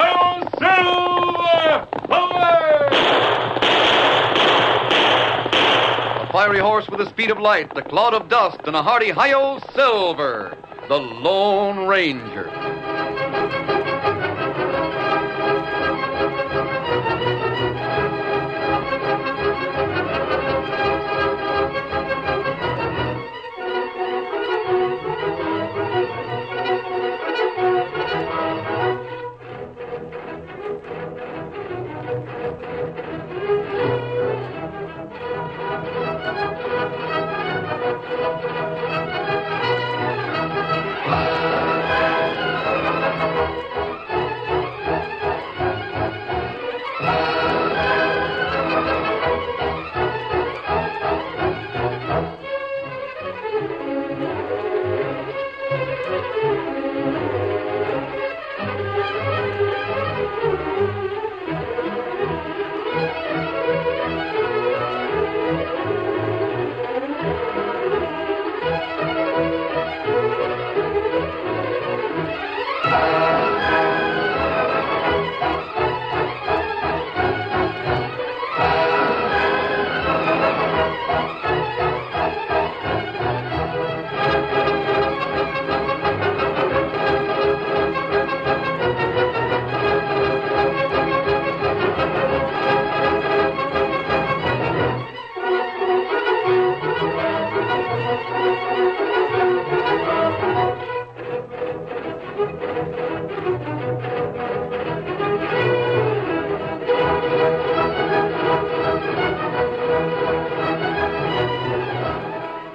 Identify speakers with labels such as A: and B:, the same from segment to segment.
A: Oh, silver!
B: A fiery horse with the speed of light, the cloud of dust, and a hearty hi-yo silver, the Lone Ranger.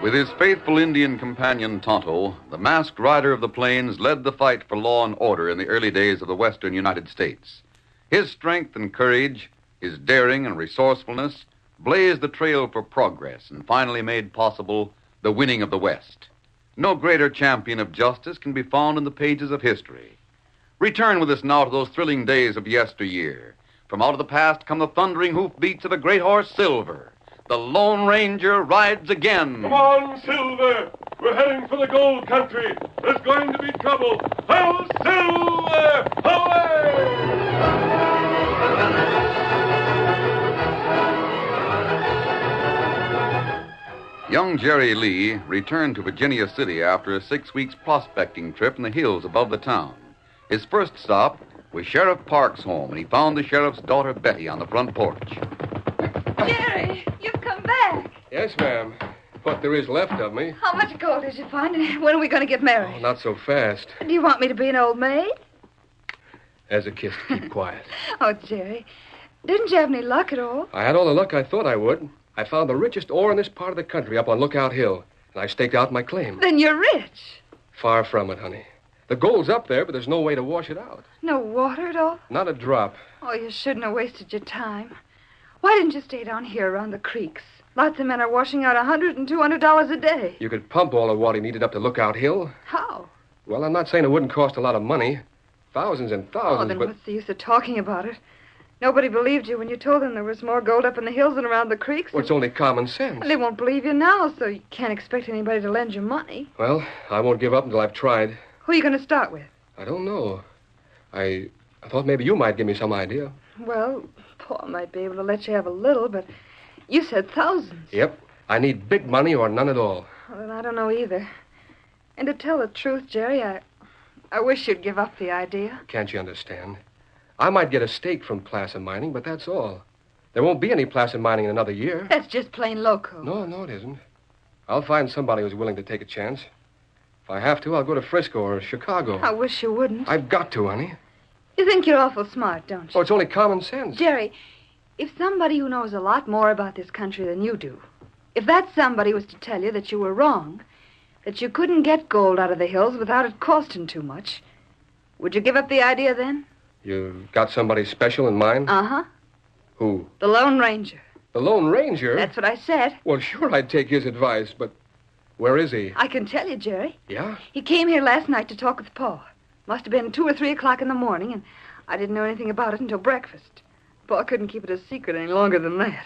B: With his faithful Indian companion Tonto, the masked rider of the plains led the fight for law and order in the early days of the western United States. His strength and courage, his daring and resourcefulness blazed the trail for progress and finally made possible the winning of the West. No greater champion of justice can be found in the pages of history. Return with us now to those thrilling days of yesteryear. From out of the past come the thundering hoofbeats of a great horse, Silver. The Lone Ranger rides again.
A: Come on, Silver! We're heading for the gold country. There's going to be trouble. Oh, Silver! Away!
B: Young Jerry Lee returned to Virginia City after a six weeks prospecting trip in the hills above the town. His first stop was Sheriff Park's home, and he found the sheriff's daughter Betty on the front porch.
C: Jerry, you've come back.
D: Yes, ma'am. What there is left of me.
C: How much gold did you find? And when are we going to get
D: Oh,
C: married?
D: not so fast.
C: Do you want me to be an old maid?
D: As a kiss, keep quiet.
C: Oh, Jerry, didn't you have any luck at all?
D: I had all the luck I thought I would. I found the richest ore in this part of the country up on Lookout Hill, and I staked out my claim.
C: Then you're rich.
D: Far from it, honey. The gold's up there, but there's no way to wash it out.
C: No water at all?
D: Not a drop.
C: Oh, you shouldn't have wasted your time. Why didn't you stay down here around the creeks? Lots of men are washing out a hundred and two hundred dollars a day.
D: You could pump all the water needed up to Lookout Hill.
C: How?
D: Well, I'm not saying it wouldn't cost a lot of money. Thousands and
C: Oh,
D: thousands,
C: then
D: but
C: what's the use of talking about it? Nobody believed you when you told them there was more gold up in the hills and around the creeks.
D: well, it's only common sense.
C: and they won't believe you now, so you can't expect anybody to lend you money.
D: Well, I won't give up until I've tried.
C: Who are you going to start with?
D: I don't know. I, I thought maybe you might give me some idea.
C: Well, Paul might be able to let you have a little, but you said thousands.
D: Yep. I need big money or none at all.
C: Well, then I don't know either. And to tell the truth, Jerry, I, I wish you'd give up the idea.
D: Can't you understand? I might get a stake from Placid Mining, but that's all. There won't be any Placid Mining in another year.
C: That's just plain loco.
D: No, no, it isn't. I'll find somebody who's willing to take a chance. If I have to, I'll go to Frisco or Chicago.
C: I wish you wouldn't.
D: I've got to, honey.
C: You think you're awful smart, don't you?
D: Oh, it's only common sense.
C: Jerry, if somebody who knows a lot more about this country than you do, if that somebody was to tell you that you were wrong, that you couldn't get gold out of the hills without it costing too much, would you give up the idea then?
D: You've got somebody special in mind?
C: Uh huh.
D: Who?
C: The Lone Ranger.
D: The Lone Ranger?
C: That's what I said.
D: Well, sure, I'd take his advice, but Where is he?
C: I can tell you, Jerry.
D: Yeah?
C: He came here last night to talk with Paul. Must have been two or three o'clock in the morning, and I didn't know anything about it until breakfast. Paul couldn't keep it a secret any longer than that.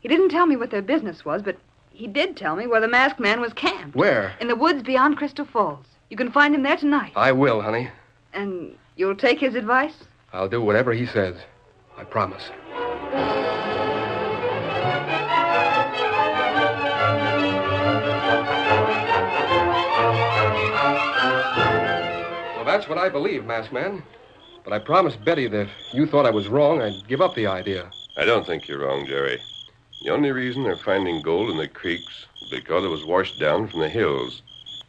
C: He didn't tell me what their business was, but he did tell me where the masked man was camped.
D: Where?
C: In the woods beyond Crystal Falls. You can find him there tonight.
D: I will, honey.
C: And you'll take his advice?
D: I'll do whatever he says. I promise. Well, that's what I believe, Masked Man. But I promised Betty that if you thought I was wrong, I'd give up the idea.
E: I don't think you're wrong, Jerry. The only reason they're finding gold in the creeks is because it was washed down from the hills.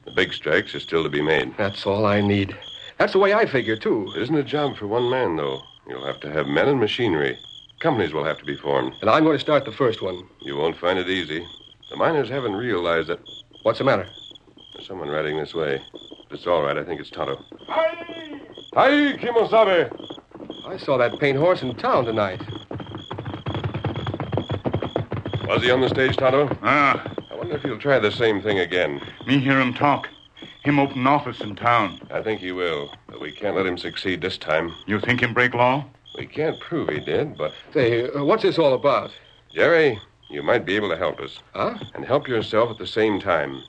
E: The big strikes are still to be made.
D: That's all I need. That's the way I figure, too.
E: It isn't a job for one man, though. You'll have to have men and machinery. Companies will have to be formed.
D: And I'm going to start the first one.
E: You won't find it easy. The miners haven't realized that
D: What's the matter?
E: there's someone riding this way. It's all right. I think it's Tonto.
A: Hi!
E: Hi, Kimosabe.
D: I saw that paint horse in town tonight.
E: Was he on the stage, Tonto?
F: Ah,
E: I wonder if he'll try the same thing again.
F: me hear him talk. Him open office in town.
E: I think he will, but we can't let him succeed this time.
F: You think him break law?
E: We can't prove he did, but
D: Say, uh, what's this all about?
E: Jerry, you might be able to help us.
D: Huh?
E: And help yourself at the same time.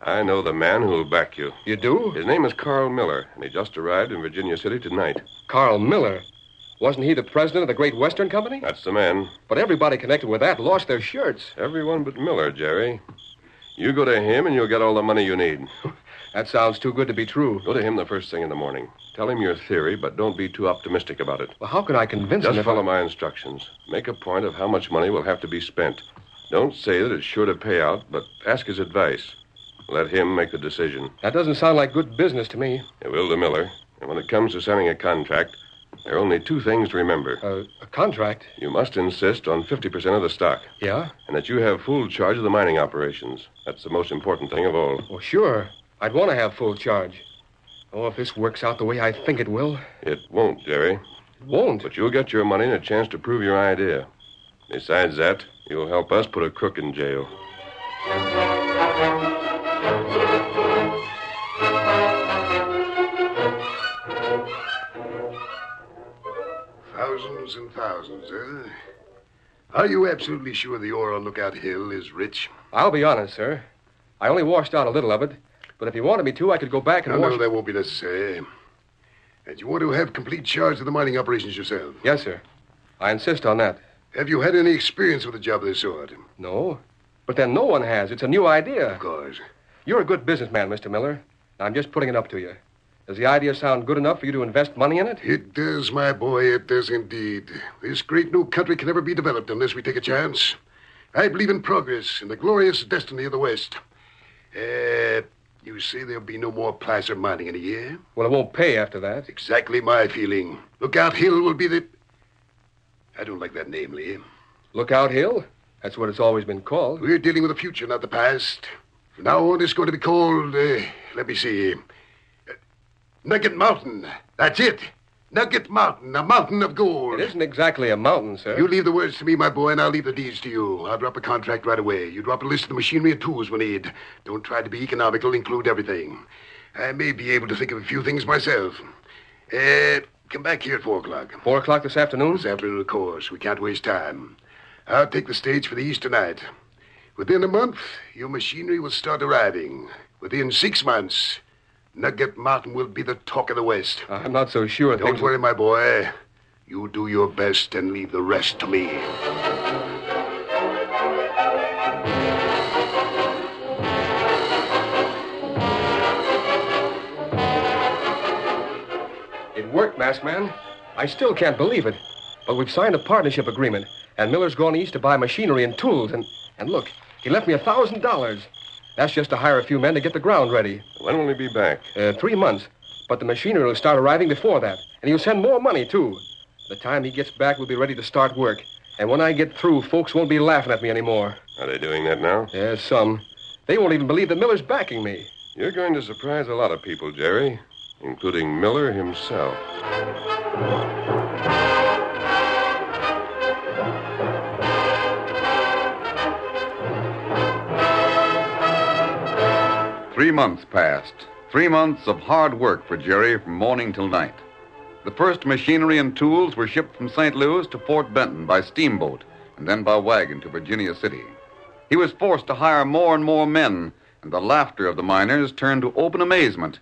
E: I know the man who'll back you.
D: You do?
E: His name is Carl Miller, and he just arrived in Virginia City tonight.
D: Carl Miller. Wasn't he the president of the Great Western Company?
E: That's the man.
D: But everybody connected with that lost their shirts.
E: Everyone but Miller, Jerry. You go to him, and you'll get all the money you need.
D: That sounds too good to be true.
E: Go to him the first thing in the morning. Tell him your theory, but don't be too optimistic about it.
D: Well, how can I convince him?
E: Just
D: if
E: follow
D: I-
E: my instructions. Make a point of how much money will have to be spent. Don't say that it's sure to pay out, but ask his advice. Let him make the decision.
D: That doesn't sound like good business to me.
E: It will to Miller. And when it comes to signing a contract, there are only two things to remember.
D: Uh, a contract?
E: You must insist on 50% of the stock,
D: Yeah?
E: and that you have full charge of the mining operations. That's the most important thing of all.
D: Well, sure. I'd want to have full charge. Oh, if this works out the way I think it will.
E: It won't, Jerry,
D: It won't.
E: but you'll get your money and a chance to prove your idea. Besides that, you'll help us put a crook in jail.
G: Thousands and thousands, eh? Are you absolutely sure the ore on Lookout Hill is rich?
D: I'll be honest, sir. I only washed out a little of it. But if you wanted me to, I could go back and
G: No,
D: wash...
G: no, that won't be necessary. And you want to have complete charge of the mining operations yourself.
D: Yes, sir. I insist on that.
G: Have you had any experience with a job of this sort?
D: No. But then no one has. It's a new idea.
G: Of course.
D: You're a good businessman, Mr. Miller. I'm just putting it up to you. Does the idea sound good enough for you to invest money in it?
G: It does, my boy. It does indeed. This great new country can never be developed unless we take a chance. I believe in progress and the glorious destiny of the West. Uh, you say there'll be no more placer mining in a year?
D: Well, it won't pay after that.
G: Exactly my feeling. Lookout Hill will be the. I don't like that name, Lee.
D: Lookout Hill? That's what it's always been called.
G: We're dealing with the future, not the past. From now on, it's going to be called. Uh, let me see. uh, Nugget Mountain. That's it. Nugget Mountain, a mountain of gold.
D: It isn't exactly a mountain, sir.
G: You leave the words to me, my boy, and I'll leave the deeds to you. I'll drop a contract right away. You drop a list of the machinery and tools we need. Don't try to be economical. Include everything. I may be able to think of a few things myself. Uh, come back here at four o'clock.
D: Four o'clock this afternoon?
G: This afternoon, of course. We can't waste time. I'll take the stage for the East tonight. Within a month, your machinery will start arriving. Within six months, Nugget Mountain will be the talk of the West.
D: I'm not so sure.
G: Don't
D: Things-
G: worry, my boy. You do your best and leave the rest to me.
D: It worked, Masked Man. I still can't believe it. But we've signed a partnership agreement, and Miller's gone east to buy machinery and tools, and, and look, he left me a thousand dollars. That's just to hire a few men to get the ground ready.
E: When will he be back?
D: Uh, three months. But the machinery will start arriving before that, and he'll send more money, too. The time he gets back, we'll be ready to start work. And when I get through, folks won't be laughing at me anymore.
E: Are they doing that now?
D: There's some. They won't even believe that Miller's backing me.
E: You're going to surprise a lot of people, Jerry, including Miller himself.
B: Three months passed. Three months of hard work for Jerry from morning till night. The first machinery and tools were shipped from St. Louis to Fort Benton by steamboat and then by wagon to Virginia City. He was forced to hire more and more men, and the laughter of the miners turned to open amazement.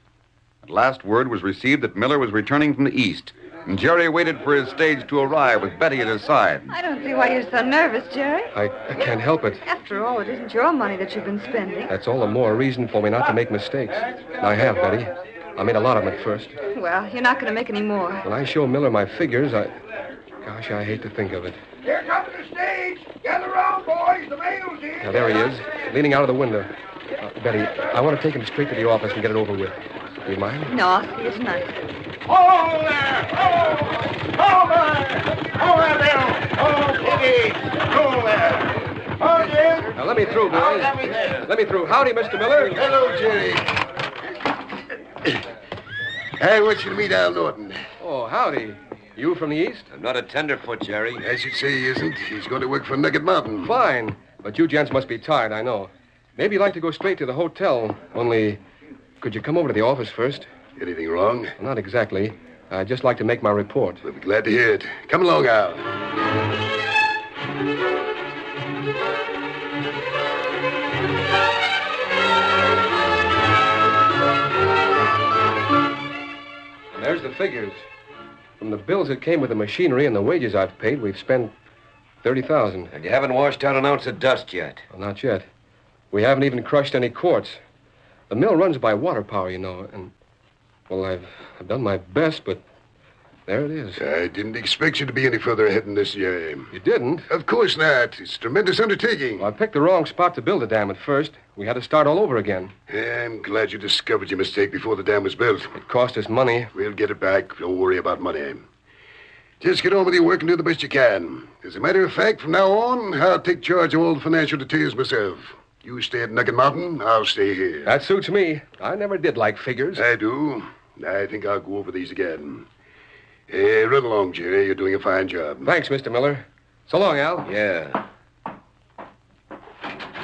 B: At last, word was received that Miller was returning from the East, and Jerry waited for his stage to arrive with Betty at his side.
C: I don't see why you're so nervous, Jerry.
D: I, I can't help it.
C: After all, it isn't your money that you've been spending.
D: That's all the more reason for me not to make mistakes. And I have, Betty. I made a lot of them at first.
C: Well, you're not going to make any more.
D: When I show Miller my figures, I. Gosh, I hate to think of it.
H: Here comes the stage. Gather round, boys. The mail's here.
D: Now, there he is, leaning out of the window. Uh, Betty, I want to take him straight to the office and get it over with. Do you mind?
C: No, I'll see you tonight.
H: Ho there! Ho! Ho there! Ho there, Bill! Ho, Piggy! Ho there! Ho, Jim!
D: Now, let me through, boys.
H: Now, let me in.
D: Let me through. Howdy, Mr. Miller.
G: Hello, Jerry. I want you to meet Al Norton.
D: Oh, howdy. You from the East?
I: I'm not a tenderfoot, Jerry.
G: I should say he isn't. He's going to work for Nugget Mountain.
D: Fine. But you gents must be tired, I know. Maybe you'd like to go straight to the hotel. Only, could you come over to the office first?
G: Anything wrong?
D: Well, not exactly. I'd just like to make my report.
G: We'll be glad to hear it. Come along, Al.
D: And there's the figures. From the bills that came with the machinery and the wages I've paid, we've spent thirty thousand.
I: And you haven't washed out an ounce of dust yet.
D: Well, not yet. We haven't even crushed any quartz. The mill runs by water power, you know, and well, I've I've done my best, but there it is.
G: I didn't expect you to be any further ahead in this, Jerry.
D: You didn't.
G: Of course not. It's a tremendous undertaking.
D: Well, I picked the wrong spot to build the dam at first. We had to start all over again.
G: I'm glad you discovered your mistake before the dam was built.
D: It cost us money.
G: We'll get it back. Don't worry about money. Just get on with your work and do the best you can. As a matter of fact, from now on, I'll take charge of all the financial details myself. You stay at Nugget Mountain, I'll stay here.
D: That suits me. I never did like figures.
G: I do. I think I'll go over these again. Hey, run along, Jerry. You're doing a fine job.
D: Thanks, Mr. Miller. So long, Al.
I: Yeah.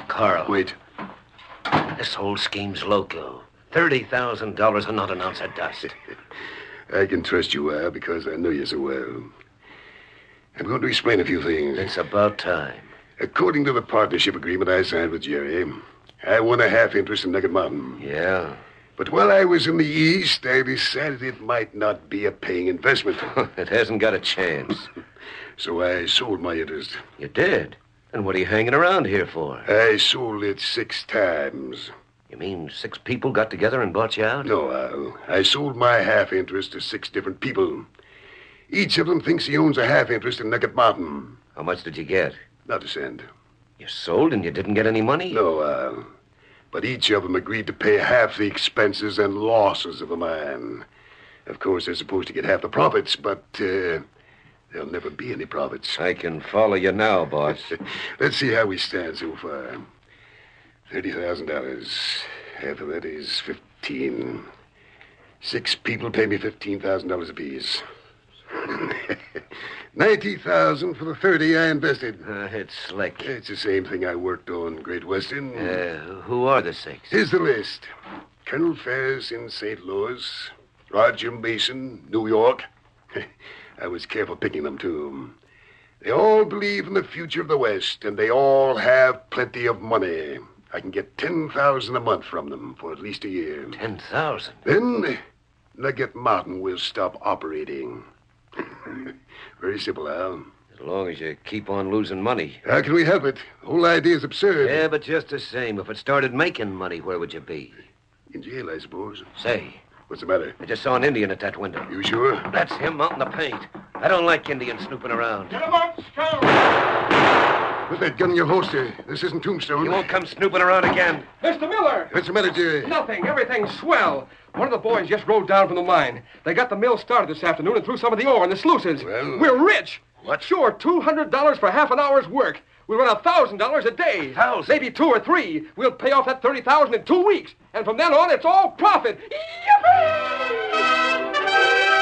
I: Carl,
G: Wait.
I: this whole scheme's loco. $30,000 and not an ounce of dust.
G: I can trust you, Al, because I know you so well. I'm going to explain a few things.
I: It's about time.
G: According to the partnership agreement I signed with Jerry, I won a half interest in Nugget Mountain.
I: Yeah.
G: But while I was in the East, I decided it might not be a paying investment.
I: It hasn't got a chance.
G: so I sold my interest.
I: You did? Then what are you hanging around here for?
G: I sold it six times.
I: You mean six people got together and bought you out?
G: No, Al. I sold my half interest to six different people. Each of them thinks he owns a half interest in Nugget Mountain.
I: How much did you get?
G: Not a cent.
I: You sold and you didn't get any money?
G: No, Al. But each of them agreed to pay half the expenses and losses of the mine. Of course, they're supposed to get half the profits, but uh, there'll never be any profits.
I: I can follow you now, boss.
G: Let's see how we stand so far. Thirty thousand dollars. Half of that is fifteen. Six people pay me fifteen thousand dollars apiece. Ninety thousand for the thirty I invested.
I: Uh, it's slick.
G: It's the same thing I worked on Great Western.
I: Uh, who are the six?
G: Here's the list Colonel Ferris in St. Louis, Roger Mason, New York. I was careful picking them, too. They all believe in the future of the West, and they all have plenty of money. I can get 10000 a month from them for at least a year.
I: Ten thousand.
G: Then Nugget Mountain will stop operating. Very simple, Al.
I: As long as you keep on losing money.
G: How can we help it? The whole idea is absurd.
I: Yeah, but just the same, if it started making money, where would you be?
G: In jail, I suppose.
I: Say,
G: What's the matter?
I: I just saw an Indian at that window.
G: You sure?
I: That's him out in the paint. I don't like Indians snooping around.
H: Get 'em up, scoundrel!
G: Put that gun in your holster. This isn't Tombstone.
I: You won't come snooping around again.
D: Mr. Miller!
G: What's the matter, Jerry?
D: Nothing. Everything's swell. One of the boys just rode down from the mine. They got the mill started this afternoon and threw some of the ore in the sluices.
G: Well-
D: We're rich.
G: What?
D: Sure, two hundred dollars for half an hour's work. We'll run a thousand dollars a day.
I: $1,000?
D: Maybe two or three. We'll pay off that thirty thousand in two weeks, and from then on, it's all profit. Yippee!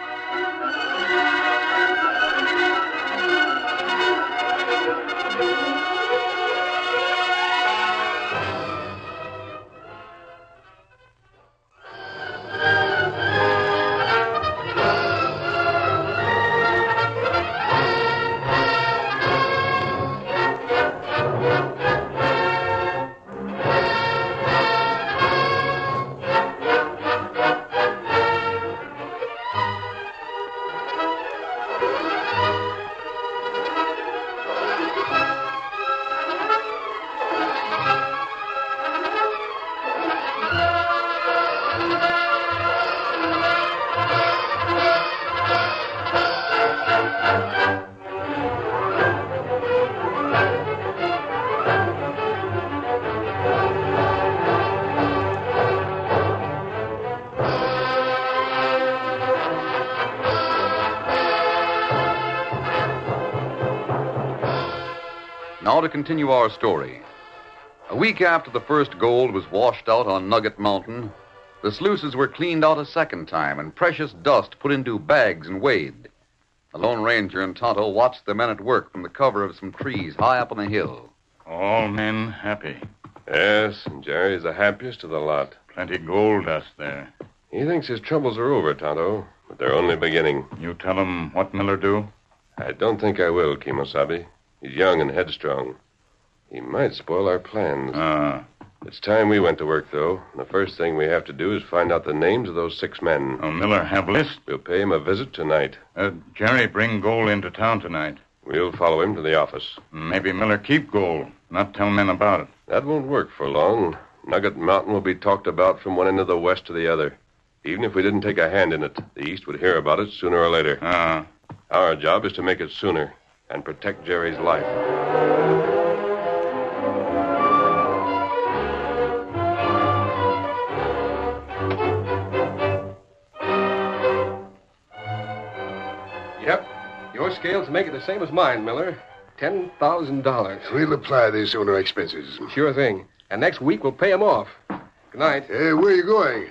B: Now to continue our story. A week after the first gold was washed out on Nugget Mountain, the sluices were cleaned out a second time and precious dust put into bags and weighed. The Lone Ranger and Tonto watched the men at work from the cover of some trees high up on the hill.
F: All men happy.
E: Yes, and Jerry's the happiest of the lot.
F: Plenty gold dust there.
E: He thinks his troubles are over, Tonto, but they're only beginning.
F: You tell him what Miller do?
E: I don't think I will, Kimosabe. He's young and headstrong. He might spoil our plans.
F: Ah,
E: It's time we went to work, though. The first thing we have to do is find out the names of those six men.
F: oh, Miller have list.
E: We'll pay him a visit tonight.
F: Uh, Jerry bring gold into town tonight.
E: We'll follow him to the office.
F: Maybe Miller keep gold, not tell men about it.
E: That won't work for long. Nugget Mountain will be talked about from one end of the West to the other. Even if we didn't take a hand in it, the East would hear about it sooner or later.
F: Ah,
E: Our job is to make it sooner and protect Jerry's life.
D: Yep. Your scales make it the same as mine, Miller. $10,000.
G: We'll apply this on our expenses.
D: Sure thing. And next week we'll pay him off. Good night.
G: Hey, where are you going?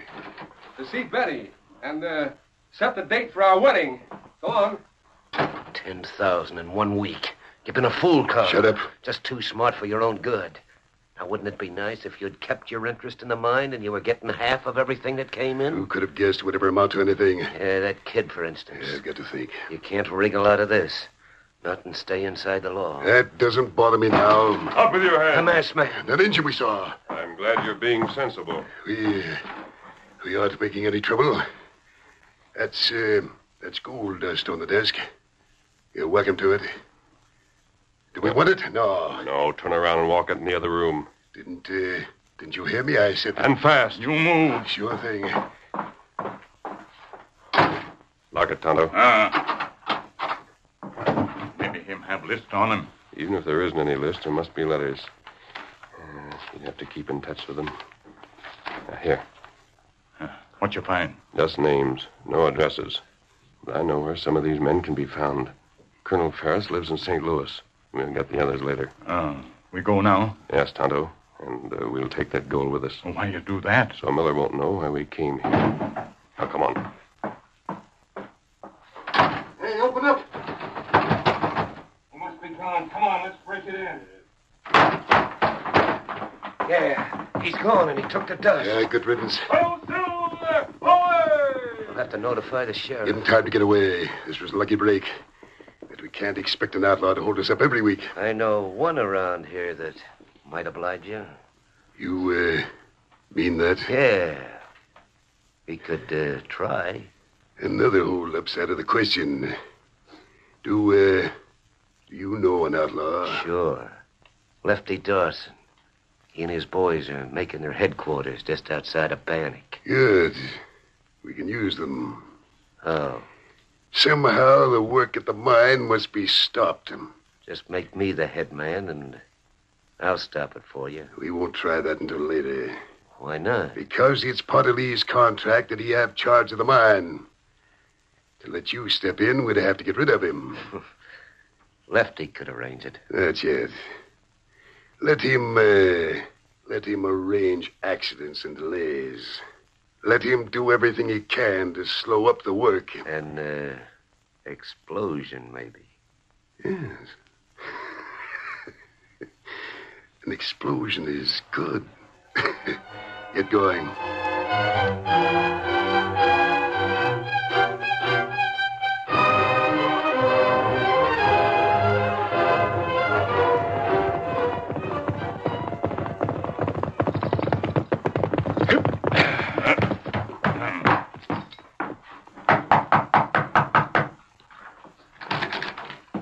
D: To see Betty and uh, set the date for our wedding. Go on.
I: Ten thousand in one week. You've been a fool, Carl.
G: Shut up.
I: Just too smart for your own good. Now, wouldn't it be nice if you'd kept your interest in the mine and you were getting half of everything that came in?
G: Who could have guessed whatever amount to anything?
I: Yeah, that kid, for instance.
G: I've got to think.
I: You can't wriggle out of this. Not and stay inside the law.
G: That doesn't bother me now.
E: Up with your
I: A
E: hand!
I: masked man.
G: That engine we saw.
E: I'm glad you're being sensible.
G: We, we aren't making any trouble. That's, uh, that's gold dust on the desk. You're welcome to it. Do we want it? No.
E: No, turn around and walk it in the other room.
G: Didn't, uh, didn't you hear me? I said
E: And fast.
F: you move.
G: Sure thing.
E: Lock it, Tonto.
F: Ah. Maybe him have list on him.
E: Even if there isn't any list, there must be letters. Uh, you'd have to keep in touch with them. Now, here,
F: What you find?
E: just names, no addresses. But I know where some of these men can be found. Colonel Ferris lives in St. Louis. We'll get the others later.
F: Ah, we go now.
E: Yes, Tonto. And uh, we'll take that gold with us.
F: Why you do that?
E: So Miller won't know why we came here. Now, come on.
G: Hey, open up.
A: must be gone. Come on, let's break it in.
I: Yeah. He's gone and he took the dust.
G: Yeah, good riddance.
A: Hello, Silver! Away!
I: We'll have to notify the
G: Give
I: sheriff.
G: him time to get away. This was a lucky break. But we can't expect an outlaw to hold us up every week.
I: I know one around here that might oblige you.
G: You, uh, mean that?
I: Yeah. He could uh, try.
G: Another holdup out of the question. Do, uh, do you know an outlaw?
I: Sure. Lefty Dawson. He and his boys are making their headquarters just outside of Bannock.
G: Good. We can use them.
I: Oh,
G: Somehow the work at the mine must be stopped.
I: just make me the head man and I'll stop it for you.
G: We won't try that until later.
I: Why not?
G: Because it's part of Lee's contract that he have charge of the mine. To let you step in, we'd have to get rid of him.
I: Lefty could arrange it.
G: That's it. Let him, uh, let him arrange accidents and delays. Let him do everything he can to slow up the work.
I: An uh, explosion, maybe.
G: Yes. An explosion is good. Get going.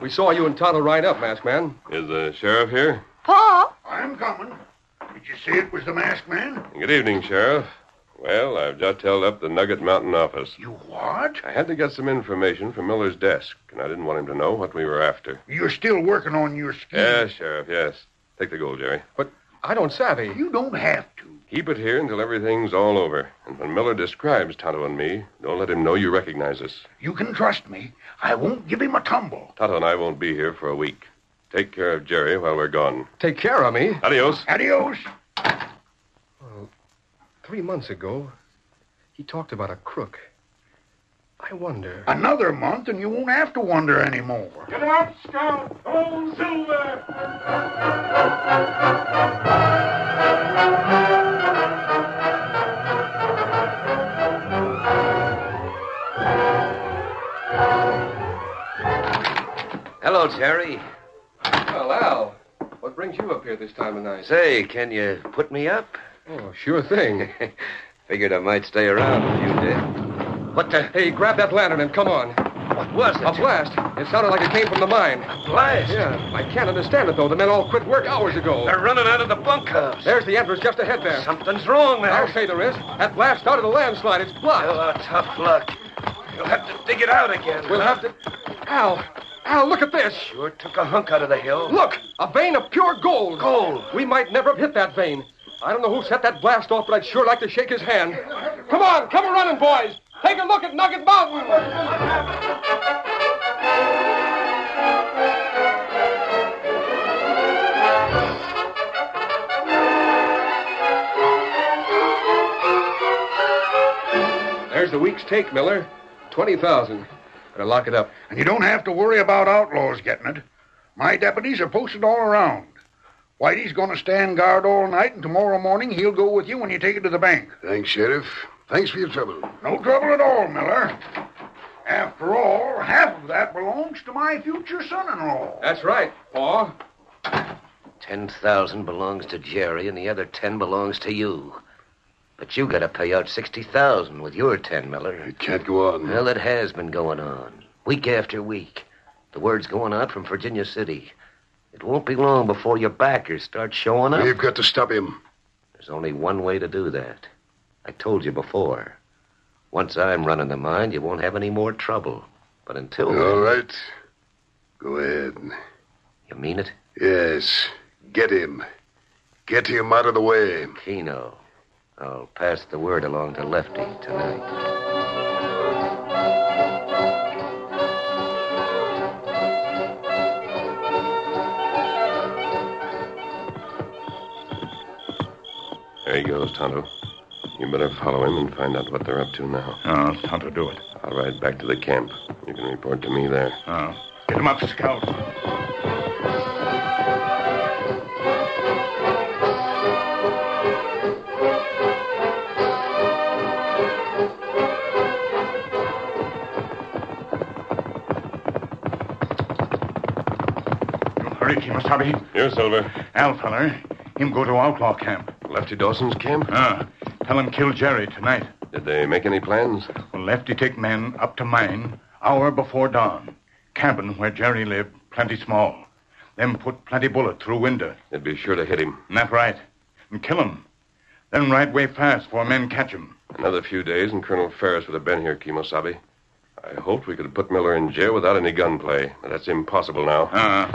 D: We saw you and Tonto ride up, Masked Man.
E: Is the sheriff here?
C: Paul?
G: I'm coming.
H: Did you say it was the masked man?
E: Good evening, Sheriff. Well, I've just held up the Nugget Mountain office.
H: You what?
E: I had to get some information from Miller's desk, and I didn't want him to know what we were after.
H: You're still working on your
G: Mm.
H: scheme.
E: Yes, Sheriff, yes. Take the gold, Jerry.
D: I don't savvy.
H: You don't have to.
E: Keep it here until everything's all over. And when Miller describes Tonto and me, don't let him know you recognize us.
H: You can trust me. I won't give him a tumble.
E: Tonto and I won't be here for a week. Take care of Jerry while we're gone.
D: Take care of me.
E: Adios.
H: Adios.
D: Three months ago, he talked about a crook. I wonder.
H: Another month, and you won't have to wonder anymore.
A: Get out, Scout! Oh, Silver!
I: Hello, Terry.
D: Well, Al, what brings you up here this time of night?
I: Say, can you put me up?
D: Oh, sure thing.
I: Figured I might stay around if you
D: What the? uh, Hey, grab that lantern and come on.
I: did. What was it?
D: A blast. It sounded like it came from the mine.
I: blast.
D: Yeah, I can't understand it, though. The men all quit work hours ago.
I: They're running out of the bunkhouse.
D: There's the entrance just ahead there.
I: Something's wrong there.
D: I'll say there is. That blast started a landslide. It's blocked.
I: Oh, tough luck. You'll have to dig it out again.
D: We'll have to. Al, Al, look at this.
I: Sure took a hunk out of the hill.
D: Look, a vein of pure gold.
I: Gold.
D: We might never have hit that vein. I don't know who set that blast off, but I'd sure like to shake his hand. Come on, come a running, boys. Take a look at Nugget Mountain. There's the week's take, Miller. Twenty thousand. Better lock it up.
H: And you don't have to worry about outlaws getting it. My deputies are posted all around. Whitey's going to stand guard all night, and tomorrow morning he'll go with you when you take it to the bank.
G: Thanks, Sheriff. Thanks for your trouble.
H: No trouble at all, Miller. After all, half of that belongs to my future son-in-law.
D: That's right, Paul.
I: Ten thousand belongs to Jerry, and the other ten belongs to you. But you got to pay out sixty thousand with your ten, Miller.
G: It can't go on.
I: Well, it has been going on week after week. The word's going out from Virginia City. It won't be long before your backers start showing up.
G: We've got to stop him.
I: There's only one way to do that. I told you before. Once I'm running the mine, you won't have any more trouble. But until
H: Oh.
I: then,
G: All right. Go ahead.
I: you mean it,
G: Yes. Get him. Get him out of the way.
I: Keno. I'll pass the word along to Lefty tonight.
E: There he goes, Tonto. You better follow him and find out what they're up to now.
F: Oh, Tonto, do it.
E: I'll ride back to the camp. You can report to me there.
F: Oh. Get him up, Scout. Don't hurry, Kimasabi.
E: Here, Silver.
F: Al, feller, him go to outlaw camp.
E: Lefty Dawson's camp?
F: Uh, tell him kill Jerry tonight.
E: Did they make any plans?
F: Well, Lefty take men up to mine hour before dawn. Cabin where Jerry lived, plenty small. Them put plenty bullet through window.
E: They'd be sure to hit him.
F: And that right. And kill him. Then ride way fast for men catch him.
E: Another few days, and Colonel Ferris would have been here, Kimosabe. I hoped we could have put Miller in jail without any gunplay, but that's impossible now.
F: Uh,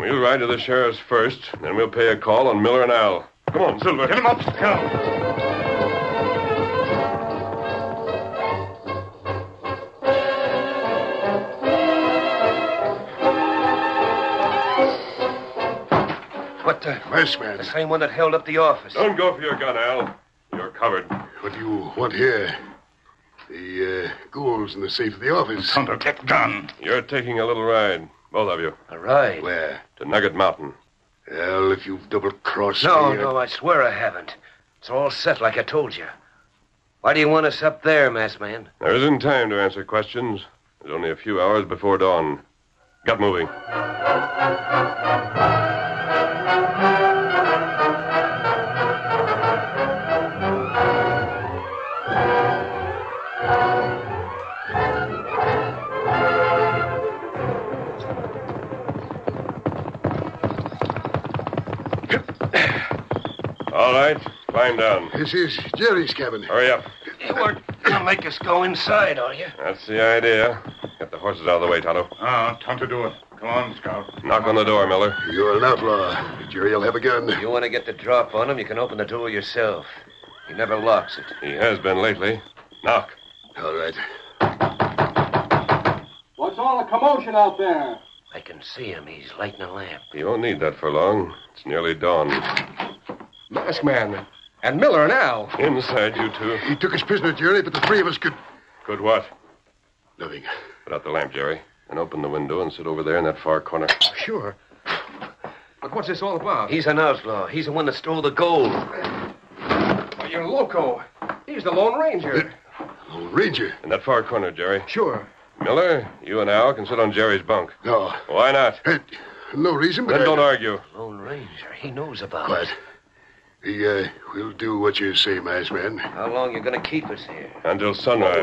E: We'll ride to the sheriff's first, then we'll pay a call on Miller and Al. Come on, Silver.
F: get him up, Scout.
H: What the?
G: Masked man.
I: The same one that held up the office.
E: Don't go for your gun, Al. You're covered.
G: What do you want here? The uh, ghouls in the safe of the office.
F: Tonto, get gun.
E: You're taking a little ride, both of you,
I: All right.
G: Where?
E: to Nugget Mountain.
G: Well, if you've double crossed
I: No,
G: me. I-
I: no, I swear I haven't. It's all set like I told you. Why do you want us up there, masked man?
E: There isn't time to answer questions. There's only a few hours before dawn. Got moving. All right, climb down.
G: This is Jerry's cabin.
E: Hurry up.
I: You weren't gonna make us go inside, are you?
E: That's the idea. Get the horses out of the way, Tonto.
F: Ah, Tonto, do it. Come on, Scout.
E: Knock on the door, Miller.
G: You're an outlaw. Jerry'll have a gun.
I: You want to get the drop on him, you can open the door yourself. He never locks it.
E: He has been lately. Knock.
G: All right.
D: What's all the commotion out there?
I: I can see him. He's lighting a lamp.
E: You won't need that for long. It's nearly dawn.
D: Masked man. And Miller and Al.
E: Inside, you two.
G: He took us prisoner, Jerry, but the three of us could.
E: Good what?
G: Nothing.
E: Put out the lamp, Jerry. And open the window and sit over there in that far corner.
D: Sure. But what's this all about?
I: He's an outlaw. He's the one that stole the gold.
D: Well, you're loco. He's the Lone Ranger.
G: Oh, Ranger.
E: In that far corner, Jerry.
D: Sure.
E: Miller, you and Al can sit on Jerry's bunk.
G: No.
E: Why not?
G: Eh, no reason, but.
E: Then
G: I-
E: don't argue.
I: Lone Ranger. He knows about
G: Quiet.
I: it.
G: The, uh, we'll do what you say, masked man.
I: How long you gonna keep us here?
E: Until sunrise.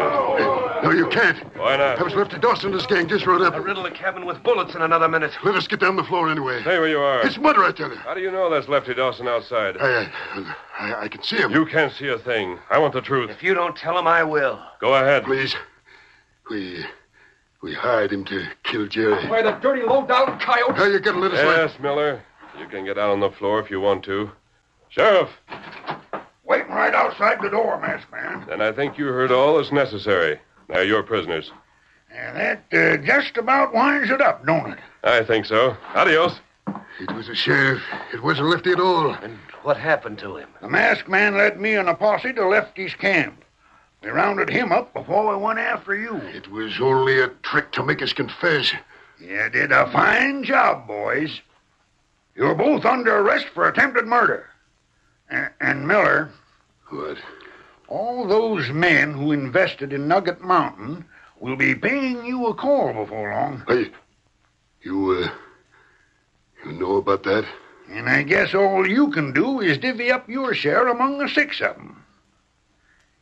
G: No, you can't.
E: Why
G: That was
E: not?
G: Lefty Dawson's gang just rode up.
I: riddle a cabin with bullets in another minute.
G: Let us get down the floor anyway.
E: Stay where you are.
G: It's murder, I tell you.
E: How do you know that's Lefty Dawson outside?
G: I, I, I can see him.
E: You can't see a thing. I want the truth.
I: If you don't tell him, I will.
E: Go ahead.
G: Please. We, we hired him to kill Jerry.
D: Why, the dirty, low-down coyote.
G: Now you gotta let us.
E: Yes, Miller. You can get out on the floor if you want to. Sheriff,
H: Waiting right outside the door, masked man.
E: then I think you heard all that's necessary. Now you're prisoners.
H: And that uh, just about winds it up, don't it?
E: I think so. Adios.
G: It was a sheriff. It wasn't Lefty at all.
I: And what happened to him?
H: The masked man led me and a posse to Lefty's camp. We rounded him up before we went after you.
G: It was only a trick to make us confess.
H: You did a fine job, boys. You're both under arrest for attempted murder. A- And Miller,
G: What?
H: all those men who invested in Nugget Mountain will be paying you a call before long.
G: Hey, you, uh, you know about that?
H: And I guess all you can do is divvy up your share among the six of them.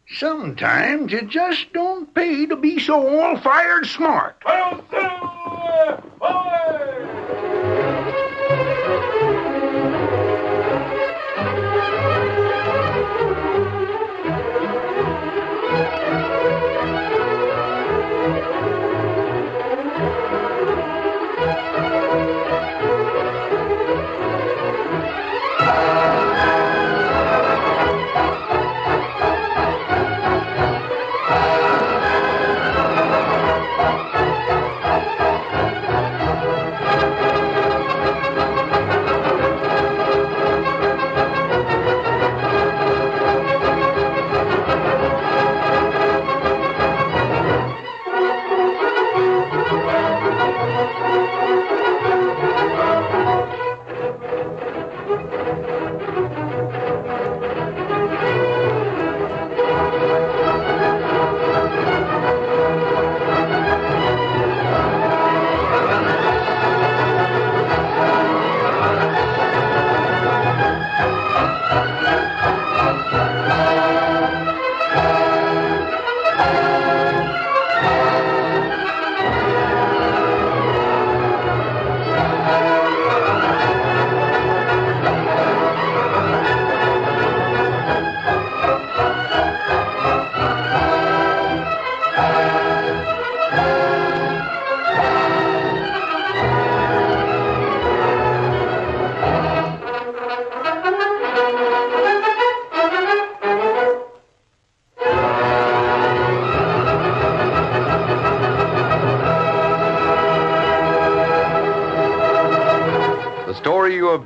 H: Sometimes you just don't pay to be so all fired smart.
A: Hail Silver! Away!
B: you have